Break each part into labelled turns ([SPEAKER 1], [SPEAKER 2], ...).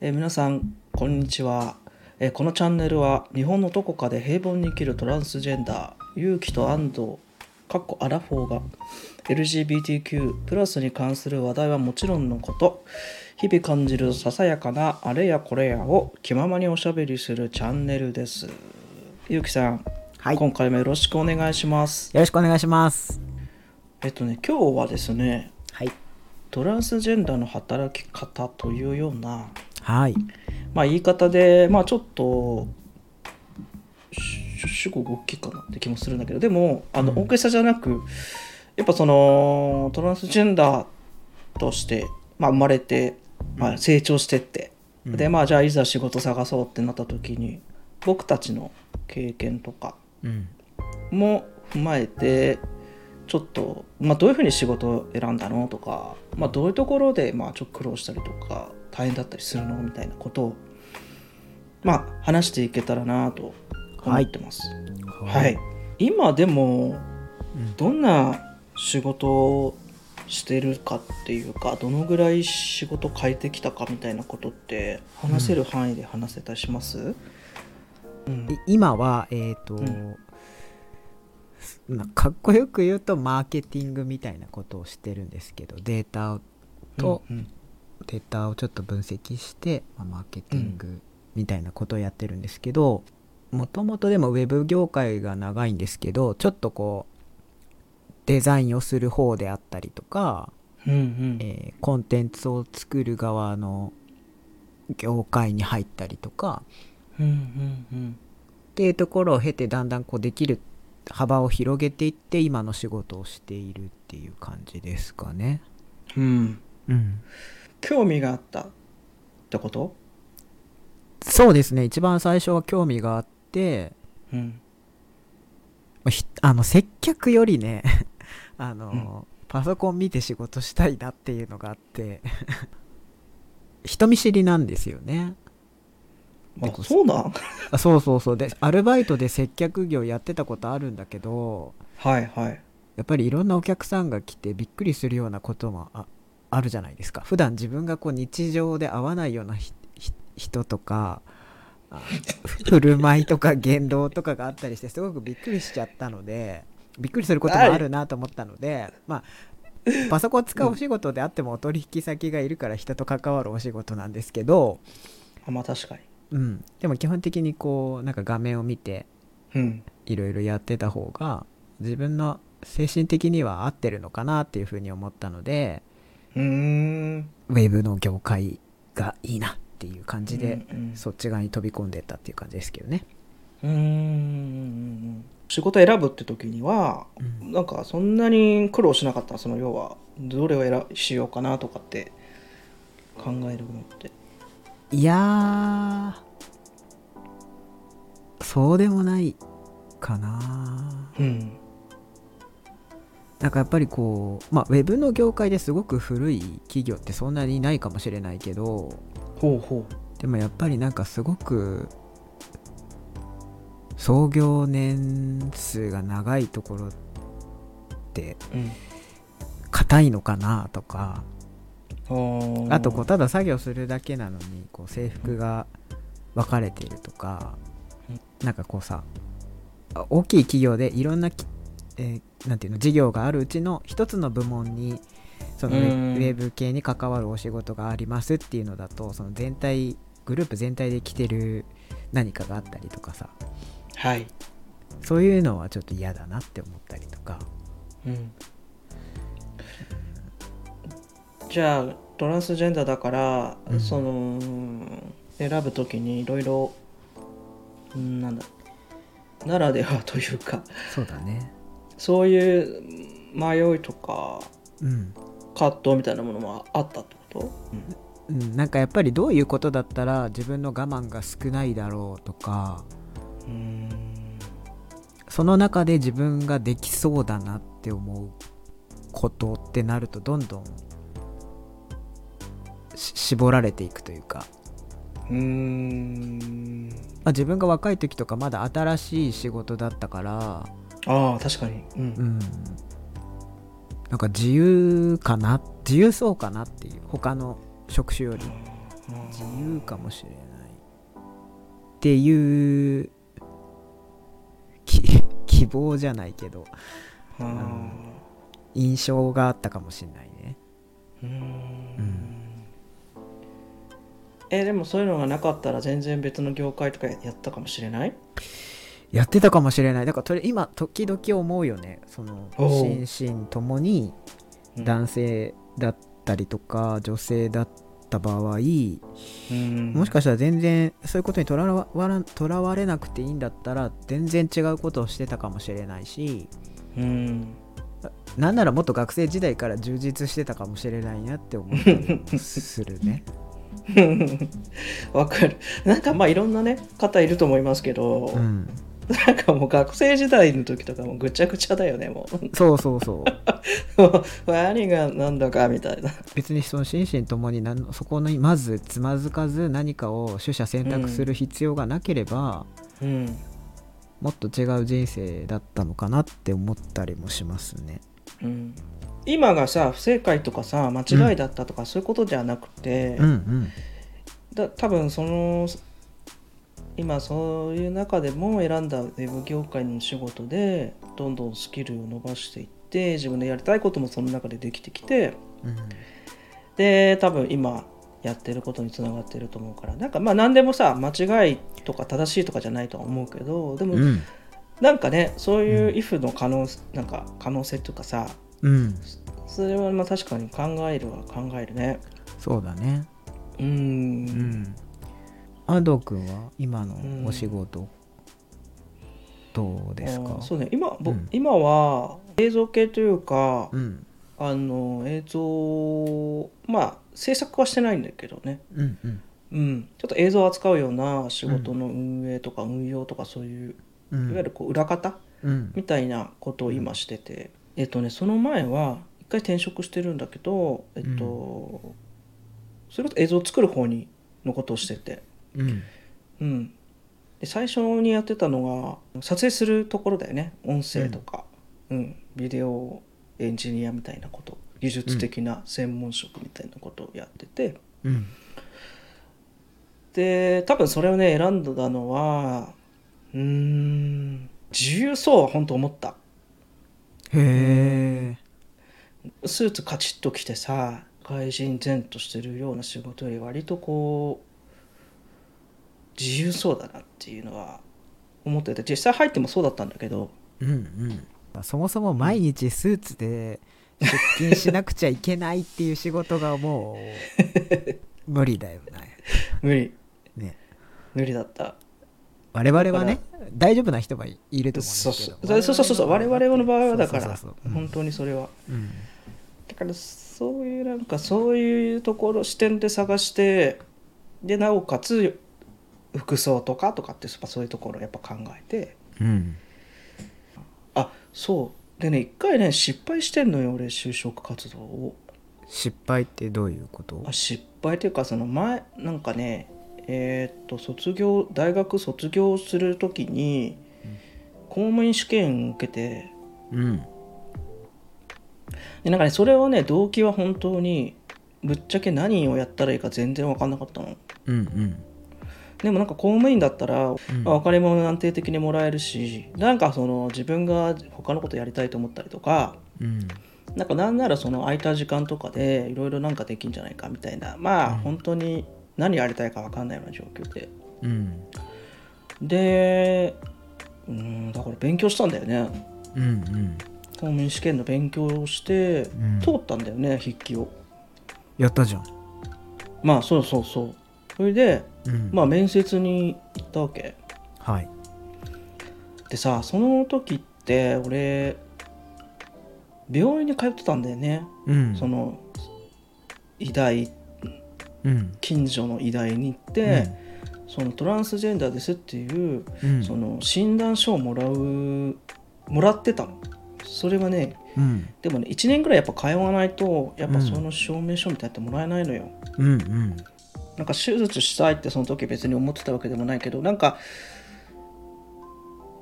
[SPEAKER 1] えー皆さんこんにちは、えーこのチャンネルは日本のどこかで平凡に生きるトランスジェンダー勇気と安藤かっこアラフォーが LGBTQ プラスに関する話題はもちろんのこと日々感じるささやかなあれやこれやを気ままにおしゃべりするチャンネルですゆうきさん、
[SPEAKER 2] はい。よ
[SPEAKER 1] 今回もよろしくお願いします
[SPEAKER 2] ろしくお願いします。
[SPEAKER 1] えっとね今日はですね
[SPEAKER 2] はい。
[SPEAKER 1] トランスジェンダーの働き方というような
[SPEAKER 2] はい。
[SPEAKER 1] まあ、言い方で、まあ、ちょっとし主語が大きいかなって気もするんだけどでもあの大げさじゃなくやっぱそのトランスジェンダーとして、まあ、生まれて、まあ、成長してって、でまあじゃあいざ仕事探そうってなった時に僕たちの経験とか
[SPEAKER 2] うん。
[SPEAKER 1] も踏まえてちょっと、まあ、どういうふうに仕事を選んだのとか、まあ、どういうところでまあちょっと苦労したりとか大変だったりするのみたいなことを、まあ、話していけたらなと思ってます。はい今でも
[SPEAKER 2] ん
[SPEAKER 1] どんな仕事をしてるかっていうかどのぐらい仕事変えてきたかみたいなことって話せる範囲で話せたりします、うん
[SPEAKER 2] い今は、えっ、と、
[SPEAKER 1] ん
[SPEAKER 2] まあかっこよく言うと、マーケティングみたいなことをしてるんですけど、データをと、
[SPEAKER 1] うん
[SPEAKER 2] データをちょっと分析して、まあ、マーケティングみたいなことをやってるんですけど、もともとでもウェブ業界が長いんですけど、ちょっとこう、デザインをする方であったりとか、
[SPEAKER 1] うんうん
[SPEAKER 2] えーコンテンツを作る側の業界に入ったりとか
[SPEAKER 1] うんうんうん
[SPEAKER 2] っていうところを経てだんだんこうできる幅を広げていって今の仕事をしているっていう感じですかね。
[SPEAKER 1] うん、
[SPEAKER 2] うん、
[SPEAKER 1] 興味があったってこと、
[SPEAKER 2] そうですね一番最初は興味があって
[SPEAKER 1] うん、
[SPEAKER 2] まあひあの接客よりね あの、パソコン見て仕事したいなっていうのがあって 人見知りなんですよね。
[SPEAKER 1] あ
[SPEAKER 2] 猫
[SPEAKER 1] そうなん
[SPEAKER 2] あそうそうそうでアルバイトで接客業やってたことあるんだけど
[SPEAKER 1] はいはい
[SPEAKER 2] やっぱりいろんなお客さんが来てびっくりするようなこともああるじゃないですか普段自分がこう日常で会わないようなひひ人とかあ振る舞いとか言動とかがあったりしてすごくびっくりしちゃったのでびっくりすることもあるなと思ったのでまあパソコン使うお仕事であってもお取引先がいるから人と関わるお仕事なんですけど、
[SPEAKER 1] あまあ確かに
[SPEAKER 2] うん、でも基本的にこうなんか画面を見て
[SPEAKER 1] うん
[SPEAKER 2] いろいろやってた方が自分の精神的には合ってるのかなっていうふうに思ったので
[SPEAKER 1] うーん
[SPEAKER 2] ウェブの業界がいいなっていう感じで、
[SPEAKER 1] うんうん
[SPEAKER 2] そっち側に飛び込んでったっていう感じですけどね。
[SPEAKER 1] うーん仕事選ぶって時には、なんかそんなに苦労しなかったその要はどれを選しようかなとかって考えるのって
[SPEAKER 2] いやーそうでもないかな
[SPEAKER 1] うん
[SPEAKER 2] なんかやっぱりこう、まあ、ウェブの業界ですごく古い企業ってそんなにないかもしれないけど
[SPEAKER 1] ほうほ
[SPEAKER 2] でもやっぱりなんかすごく創業年数が長いところって
[SPEAKER 1] う、うん
[SPEAKER 2] 硬いのかなとか
[SPEAKER 1] あー
[SPEAKER 2] あとこうただ作業するだけなのにこう制服が分かれてるとかなんかこうさあ大きい企業でいろんなき、えーなんていうの事業があるうちの一つの部門にそのウ
[SPEAKER 1] う
[SPEAKER 2] ェ
[SPEAKER 1] ん
[SPEAKER 2] ウェブ系に関わるお仕事がありますっていうのだとその全体グループ全体で来てる何かがあったりとかさ
[SPEAKER 1] はい、
[SPEAKER 2] そういうのはちょっと嫌だなって思ったりとか
[SPEAKER 1] うん、じゃあトランスジェンダーだから、
[SPEAKER 2] うん
[SPEAKER 1] その選ぶときにいろいろうんなんだならではというか
[SPEAKER 2] そうだね
[SPEAKER 1] そういう迷いとか
[SPEAKER 2] うん
[SPEAKER 1] 葛藤みたいなものもあったってこと、
[SPEAKER 2] うん、なんかやっぱりどういうことだったら自分の我慢が少ないだろうとか
[SPEAKER 1] うん、
[SPEAKER 2] その中で自分ができそうだなって思うことってなるとどんどんし絞られていくというか、
[SPEAKER 1] うーん
[SPEAKER 2] まあ、自分が若い時とかまだ新しい仕事だったから、
[SPEAKER 1] ああ確かに、うん
[SPEAKER 2] うん、なんか自由かな自由そうかなっていう他の職種より
[SPEAKER 1] あ
[SPEAKER 2] 自由かもしれないっていうき希望じゃないけど
[SPEAKER 1] あー
[SPEAKER 2] 印象があったかもしれないね
[SPEAKER 1] うーんえでもそういうのがなかったら全然別の業界とかやったかもしれない
[SPEAKER 2] やってたかもしれないだからとり今時々思うよねその
[SPEAKER 1] おう
[SPEAKER 2] 心身ともに
[SPEAKER 1] うん
[SPEAKER 2] 男性だったりとか女性だった場合
[SPEAKER 1] うん
[SPEAKER 2] もしかしたら全然そういうことにとらわらとらわれなくていいんだったら全然違うことをしてたかもしれないし
[SPEAKER 1] うん
[SPEAKER 2] なんならもっと学生時代から充実してたかもしれないなって思ったりもする ね。
[SPEAKER 1] わかるなんかまあいろんなね方いると思いますけど、
[SPEAKER 2] うん、
[SPEAKER 1] なんかもう学生時代の時とかもぐちゃぐちゃだよねも
[SPEAKER 2] そうそうそ
[SPEAKER 1] う
[SPEAKER 2] う
[SPEAKER 1] もう 何が何だかみたいな
[SPEAKER 2] 別にその心身ともに何のそこにまずつまずかず何かを取捨選択する必要がなければ、
[SPEAKER 1] うん
[SPEAKER 2] もっと違う人生だったのかなって思ったりもしますね。
[SPEAKER 1] うん今がさ不正解とかさ間違いだったとか、そういうことじゃなくて、
[SPEAKER 2] うんうん
[SPEAKER 1] だ多分その今そういう中でも選んだウェブ業界の仕事でどんどんスキルを伸ばしていって自分でやりたいこともその中でできてきて
[SPEAKER 2] うん
[SPEAKER 1] で多分今やってることにつながってると思うからなんかまあ何でもさ間違いとか正しいとかじゃないとは思うけどでも
[SPEAKER 2] うん
[SPEAKER 1] なんかねそういう if の可能なんか可能性とかさ
[SPEAKER 2] うん、
[SPEAKER 1] それはまあ確かに考えるは考えるね
[SPEAKER 2] そうだね。
[SPEAKER 1] うー
[SPEAKER 2] うんん、安藤君は今のお仕事、どうで
[SPEAKER 1] あ
[SPEAKER 2] すか
[SPEAKER 1] ーそうね今僕、
[SPEAKER 2] うん
[SPEAKER 1] 今は映像系というか、
[SPEAKER 2] うん
[SPEAKER 1] あの映像まあ制作はしてないんだけどね、
[SPEAKER 2] うんうん
[SPEAKER 1] うん、ちょっと映像を扱うような仕事の運営とか運用とかそういう、
[SPEAKER 2] う
[SPEAKER 1] いわゆ
[SPEAKER 2] ん
[SPEAKER 1] るこう裏方
[SPEAKER 2] うん
[SPEAKER 1] みたいなことを今してて、えっとねその前は一回転職してるんだけどえっと、
[SPEAKER 2] うん
[SPEAKER 1] それこそ映像を作る方にのことをしてて、
[SPEAKER 2] うん
[SPEAKER 1] うん、で最初にやってたのが撮影するところだよね音声とか、うんビデオエンジニアみたいなこと技術的な専門職みたいなことをやってて、
[SPEAKER 2] うん
[SPEAKER 1] で多分それをね選んだのはうーん自由そうは本当思った
[SPEAKER 2] へえ
[SPEAKER 1] スーツカチッと着てさ外人然としてるような仕事より割とこう自由そうだなっていうのは思ってて実際入ってもそうだったんだけど
[SPEAKER 2] うんうんそもそも毎日スーツで出勤しなくちゃいけないっていう仕事がもう無理だよね
[SPEAKER 1] 無理
[SPEAKER 2] ね
[SPEAKER 1] 無理だった
[SPEAKER 2] 我々はね大丈夫な人はいいると思うん
[SPEAKER 1] そう
[SPEAKER 2] ですけ
[SPEAKER 1] そう
[SPEAKER 2] ど
[SPEAKER 1] そうそうそうそう我々の場合はだから
[SPEAKER 2] そうそうそうそう
[SPEAKER 1] 本当にそれは
[SPEAKER 2] うん
[SPEAKER 1] だからそういうなんかそういうところ視点で探してでなおかつ服装とかとかってやっぱそういうところをやっぱ考えて
[SPEAKER 2] うん
[SPEAKER 1] あそうでね一回ね失敗してんのよ俺就職活動を
[SPEAKER 2] 失敗ってどういうこと
[SPEAKER 1] あ失敗というかその前なんかねえーっと卒業大学卒業する時に公務員試験を受けて
[SPEAKER 2] うん
[SPEAKER 1] でなんかねそれはね動機は本当にぶっちゃけ何をやったらいいか全然分かんなかったの
[SPEAKER 2] うんうん
[SPEAKER 1] でもなんか公務員だったら、
[SPEAKER 2] ん
[SPEAKER 1] まあお金も安定的にもらえるしなんかその自分が他のことやりたいと思ったりとか
[SPEAKER 2] うん
[SPEAKER 1] なんかなんならその空いた時間とかでいろいろなんかできんじゃないかみたいなまあ、本当に何やりたいか分かんないような状況で
[SPEAKER 2] うん
[SPEAKER 1] でうんだから勉強したんだよね
[SPEAKER 2] うんうん
[SPEAKER 1] 公務員試験の勉強をして、
[SPEAKER 2] ん
[SPEAKER 1] 通ったんだよね筆記を
[SPEAKER 2] やったじゃん、
[SPEAKER 1] まあそうそうそうそれで、
[SPEAKER 2] うん
[SPEAKER 1] まあ面接に行ったわけ
[SPEAKER 2] はい
[SPEAKER 1] でさその時って俺病院に通ってたんだよね、
[SPEAKER 2] うん
[SPEAKER 1] その医大
[SPEAKER 2] うん
[SPEAKER 1] 近所の医大に行って、そのトランスジェンダーですっていう、
[SPEAKER 2] うん
[SPEAKER 1] その診断書をもらうもらってたのそれはね
[SPEAKER 2] うん
[SPEAKER 1] でもね1年ぐらいやっぱ通わないとやっ
[SPEAKER 2] う
[SPEAKER 1] ぱ
[SPEAKER 2] ん
[SPEAKER 1] その証明書みたいなのってもらえないのよ、
[SPEAKER 2] うんうん
[SPEAKER 1] なんか手術したいってその時別に思ってたわけでもないけどなんか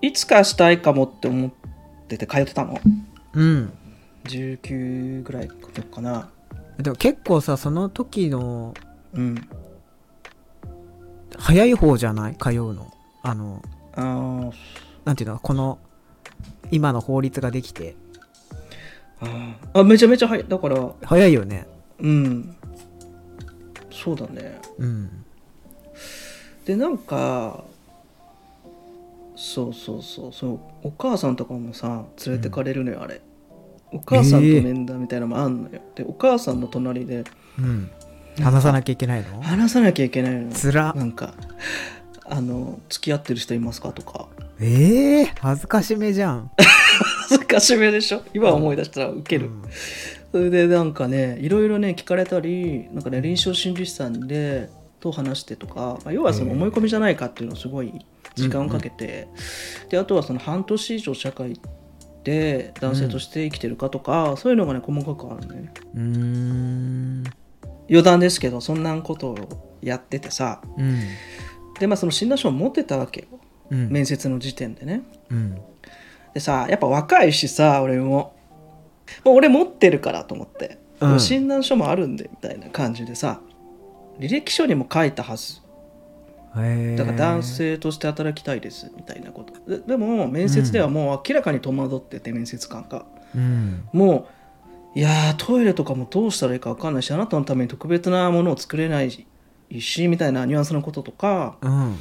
[SPEAKER 1] いつかしたいかもって思ってて通ってたの
[SPEAKER 2] うん
[SPEAKER 1] 19ぐらいの時かな
[SPEAKER 2] でも結構さその時の
[SPEAKER 1] うん
[SPEAKER 2] 早い方じゃない通うのあの
[SPEAKER 1] あー
[SPEAKER 2] なんていうのこの今の法律ができて
[SPEAKER 1] あーあめちゃめちゃ早いだから
[SPEAKER 2] 早いよね
[SPEAKER 1] うんそうだね
[SPEAKER 2] うん
[SPEAKER 1] でなんかそうそうそうそうお母さんとかもさ連れてかれるのよ、あれお母さんと
[SPEAKER 2] ええ
[SPEAKER 1] 面談みたいなのもあんのよ、でお母さんの隣で
[SPEAKER 2] うん話さなきゃいけないの
[SPEAKER 1] 話さなきゃいけないのよ
[SPEAKER 2] つら
[SPEAKER 1] なんかあの付き合ってる人いますかとか
[SPEAKER 2] ええ恥ずかしめじゃん
[SPEAKER 1] 恥ずかしめでしょ今思い出したらウケる、
[SPEAKER 2] うん
[SPEAKER 1] それでなんかねいろいろね聞かれたりなんかね臨床心理士さんでと話してとか、まあ、要はその
[SPEAKER 2] うん
[SPEAKER 1] 思い込みじゃないかっていうのをすごい時間をかけて、であとはその半年以上社会で男性として生きてるかとか、そういうのがね細かくあるんだよね
[SPEAKER 2] うーん
[SPEAKER 1] 余談ですけどそんなことをやっててさ
[SPEAKER 2] うん
[SPEAKER 1] でまあその診断書を持ってたわけよ
[SPEAKER 2] うん
[SPEAKER 1] 面接の時点でね
[SPEAKER 2] うん
[SPEAKER 1] でさやっぱ若いしさ俺ももう俺持ってるからと思って、
[SPEAKER 2] うん
[SPEAKER 1] もう診断書もあるんでみたいな感じでさ履歴書にも書いたはず
[SPEAKER 2] へえ
[SPEAKER 1] だから男性として働きたいですみたいなことででも面接ではもう明らかに戸惑ってて面接官が
[SPEAKER 2] うん
[SPEAKER 1] もういやートイレとかもどうしたらいいか分かんないしあなたのために特別なものを作れないしみたいなニュアンスのこととか
[SPEAKER 2] うん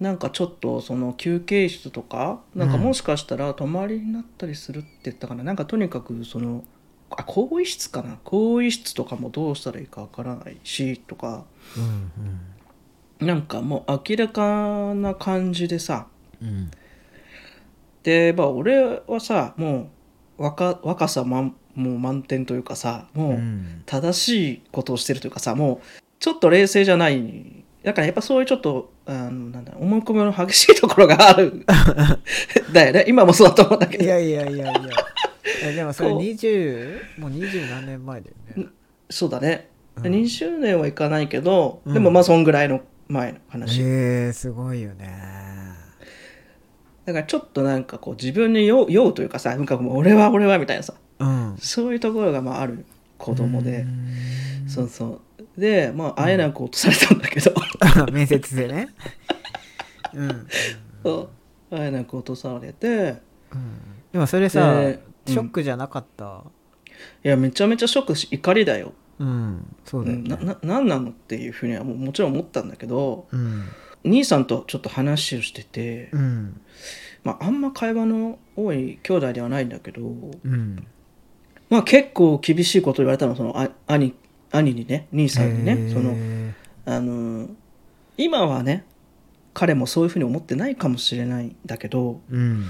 [SPEAKER 1] なんかちょっとその休憩室とかなんか
[SPEAKER 2] うん
[SPEAKER 1] もしかしたら泊まりになったりするって言ったかな、なんかとにかくそのあ更衣室かな更衣室とかもどうしたらいいかわからないしとか
[SPEAKER 2] うん
[SPEAKER 1] なんかもう明らかな感じでさ
[SPEAKER 2] うんうん
[SPEAKER 1] でまあ俺はさもう若若さ、ま、もう満点というかさも
[SPEAKER 2] う
[SPEAKER 1] うん正しいことをしてるというかさもうちょっと冷静じゃないだからやっぱそういうちょっとあのなんだ思い込みの激しいところがあ るだよね今もそうだと思うんだけ
[SPEAKER 2] い
[SPEAKER 1] ど
[SPEAKER 2] やいやいやいや えでもそれ
[SPEAKER 1] こう
[SPEAKER 2] 20もう二十何年前だよね
[SPEAKER 1] そうだね、
[SPEAKER 2] うん
[SPEAKER 1] 20年はいかないけど、
[SPEAKER 2] うん
[SPEAKER 1] でもまあそんぐらいの前の話、
[SPEAKER 2] ええすごいよね
[SPEAKER 1] だからちょっとなんかこう自分に酔う酔うというかさなんかもう俺は俺はみたいなさ
[SPEAKER 2] うん
[SPEAKER 1] そういうところがまあある子供で
[SPEAKER 2] う、ーん
[SPEAKER 1] そうそうでまああえなく落とされたんだけど、
[SPEAKER 2] 面接 でねうん、
[SPEAKER 1] そうあえなく落とされて
[SPEAKER 2] うん、でもそれさ、
[SPEAKER 1] でうん
[SPEAKER 2] ショックじゃなかった
[SPEAKER 1] いやめちゃめちゃショックし怒りだよ
[SPEAKER 2] うんそうだよ
[SPEAKER 1] な
[SPEAKER 2] ね
[SPEAKER 1] ななんなのっていうふうにはもうもちろん思ったんだけど
[SPEAKER 2] うん
[SPEAKER 1] 兄さんとちょっと話をしてて、
[SPEAKER 2] うん
[SPEAKER 1] まあ、あんま会話の多い兄弟ではないんだけど、
[SPEAKER 2] うん
[SPEAKER 1] まあ、結構厳しいこと言われたのそのあ兄兄にね兄さんにね
[SPEAKER 2] へー
[SPEAKER 1] そのあのー今はね彼もそういうふうに思ってないかもしれないんだけど
[SPEAKER 2] うん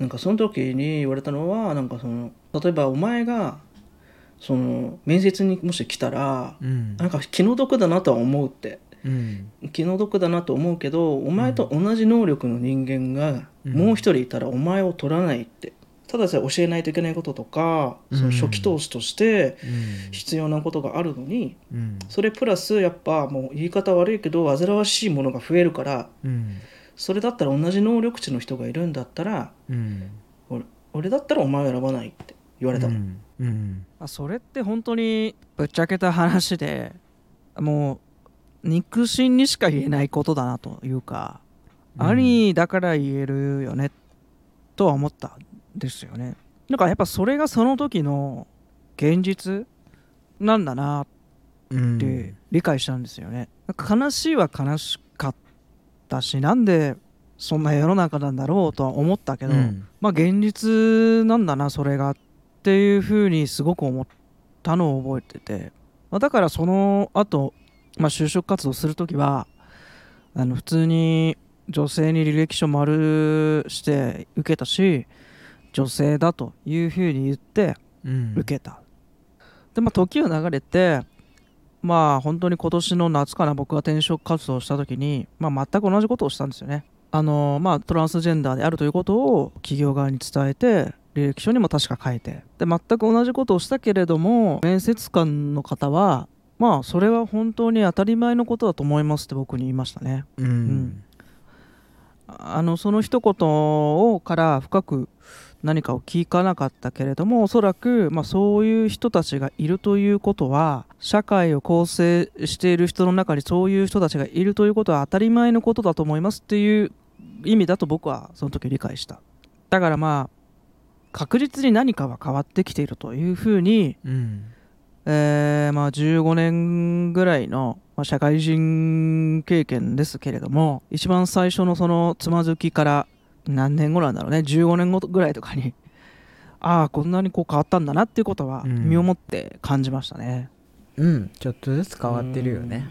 [SPEAKER 1] なんかその時に言われたのはなんかその例えばお前がその面接にもし来たら、
[SPEAKER 2] うん
[SPEAKER 1] なんか気の毒だなとは思うって
[SPEAKER 2] うん
[SPEAKER 1] 気の毒だなと思うけどお前と同じ能力の人間が
[SPEAKER 2] うん
[SPEAKER 1] もう一人いたらお前を取らないってただでさえ教えないといけないこととかその初期投資として
[SPEAKER 2] うん
[SPEAKER 1] 必要なことがあるのに
[SPEAKER 2] うん
[SPEAKER 1] それプラスやっぱもう言い方悪いけど煩わしいものが増えるから
[SPEAKER 2] うん
[SPEAKER 1] それだったら同じ能力値の人がいるんだったら
[SPEAKER 2] うん
[SPEAKER 1] 俺俺だったらお前を選ばないって言われたの、
[SPEAKER 2] うんうん
[SPEAKER 1] まあそれって本当にぶっちゃけた話でもう肉親にしか言えないことだなというか、
[SPEAKER 2] うん
[SPEAKER 1] 兄だから言えるよねとは思ったんですよねなんかやっぱそれがその時の現実なんだな
[SPEAKER 2] うん
[SPEAKER 1] って理解したんですよね、なんか悲しいは悲しかったしなんでそんな世の中なんだろうとは思ったけど、
[SPEAKER 2] うん
[SPEAKER 1] まあ現実なんだなそれがっていうふうにすごく思ったのを覚えてて、まあ、だからその後、まあ就職活動する時はあの普通に女性に履歴書丸して受けたし女性だというふうに言って
[SPEAKER 2] うん
[SPEAKER 1] 受けた、でまあ時を流れてまあ本当に今年の夏から僕が転職活動をした時に、まあ、全く同じことをしたんですよねあのまあトランスジェンダーであるということを企業側に伝えて履歴書にも確か書いてで全く同じことをしたけれども面接官の方はまあそれは本当に当たり前のことだと思いますって僕に言いましたね
[SPEAKER 2] うん
[SPEAKER 1] あのその一言をから深く何かを聞かなかったけれどもおそらく、まあ、そういう人たちがいるということは社会を構成している人の中にそういう人たちがいるということは当たり前のことだと思いますっていう意味だと僕はその時理解しただからまあ確実に何かは変わってきているというふうに
[SPEAKER 2] うん
[SPEAKER 1] えーまあ、15年ぐらいの、まあ、社会人経験ですけれども一番最初のそのつまずきから何年後なんだろうね15年後ぐらいとかに ああこんなにこう変わったんだなっていうことは
[SPEAKER 2] うん
[SPEAKER 1] 身をもって感じましたね。
[SPEAKER 2] うんちょっとずつ変わってるよね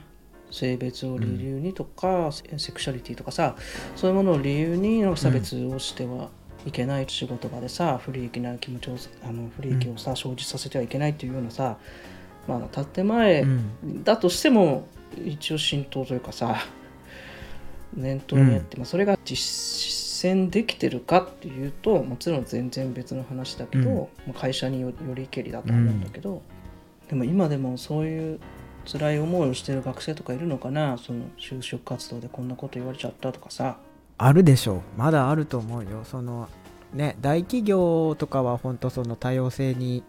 [SPEAKER 1] 性別を理由にとか、セクシャリティとかさそういうものを理由に差別をしてはいけない仕事場でさ、不利益な気持ちをあの不利益をさ生じさせてはいけないっていうようなさ、まあ、建前、
[SPEAKER 2] うん
[SPEAKER 1] だとしても一応浸透というかさ念頭にあって、まあ、それが実践できてるかっていうともちろん全然別の話だけど、
[SPEAKER 2] うん
[SPEAKER 1] まあ会社によよりけりだと思うんだけど、でも今でもそういう辛い思いをしてる学生とかいるのかなその就職活動でこんなこと言われちゃったとかさ
[SPEAKER 2] あるでしょうまだあると思うよそのね大企業とかは本当その多様性に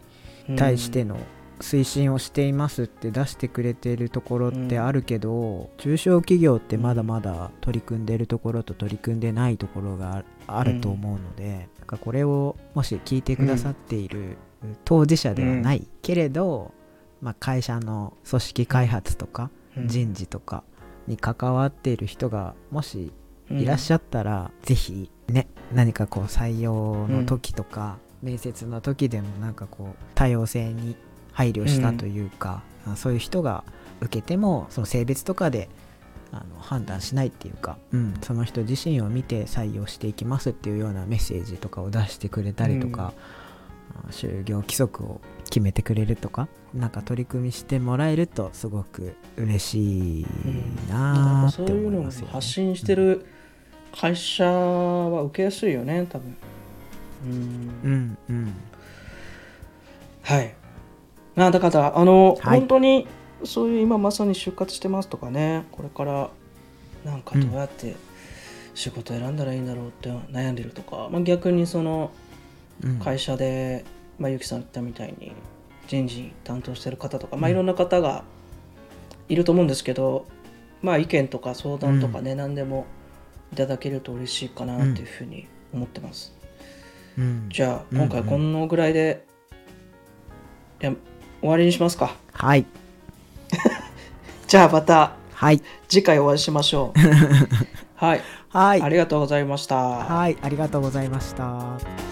[SPEAKER 1] うん
[SPEAKER 2] 対しての推進をしていますって出してくれてるところってあるけど、中小企業ってまだまだ取り組んでるところと取り組んでないところがああると思うので、なんかこれをもし聞いてくださっている当事者ではないけれど、まあ、会社の組織開発とか
[SPEAKER 1] うん
[SPEAKER 2] 人事とかに関わっている人がもし
[SPEAKER 1] うん
[SPEAKER 2] いらっしゃったら、ぜひね何かこう採用の時とか、面接の時でもなんかこう多様性に配慮したというか、あそういう人が受けてもその性別とかであの判断しないっていうか、うん、その人自身を見て採用していきますっていうようなメッセージとかを出してくれたりとか、あ就業規則を決めてくれるとかなんか取り組みしてもらえるとすごく嬉しいな
[SPEAKER 1] なんか
[SPEAKER 2] ー
[SPEAKER 1] そ
[SPEAKER 2] っ
[SPEAKER 1] う
[SPEAKER 2] て
[SPEAKER 1] いう
[SPEAKER 2] 思い
[SPEAKER 1] の
[SPEAKER 2] ま
[SPEAKER 1] を
[SPEAKER 2] すよ、ね。
[SPEAKER 1] 発信してる会社は受けやすいよね多分。うん
[SPEAKER 2] うんうん
[SPEAKER 1] はい。あだからあの、
[SPEAKER 2] はい
[SPEAKER 1] 本当にそういう今まさに就活してますとかねこれからなんかどうやって仕事選んだらいいんだろうって悩んでるとか、まあ、逆にその
[SPEAKER 2] うん
[SPEAKER 1] 会社で、まあ、ゆきさん言ったみたいに人事担当してる方とか、まあ、いろんな方がいると思うんですけど、まあ、意見とか相談とかね、何でもいただけると嬉しいかなっていうふうに思ってます。
[SPEAKER 2] うん
[SPEAKER 1] じゃあ
[SPEAKER 2] うんう
[SPEAKER 1] 今
[SPEAKER 2] ん
[SPEAKER 1] 回このぐらいで、いや終わりにしますか
[SPEAKER 2] はい
[SPEAKER 1] じゃあまた
[SPEAKER 2] はい
[SPEAKER 1] 次回お会いしまし ょうはい、
[SPEAKER 2] はい
[SPEAKER 1] ありがとうございました
[SPEAKER 2] はいありがとうございました。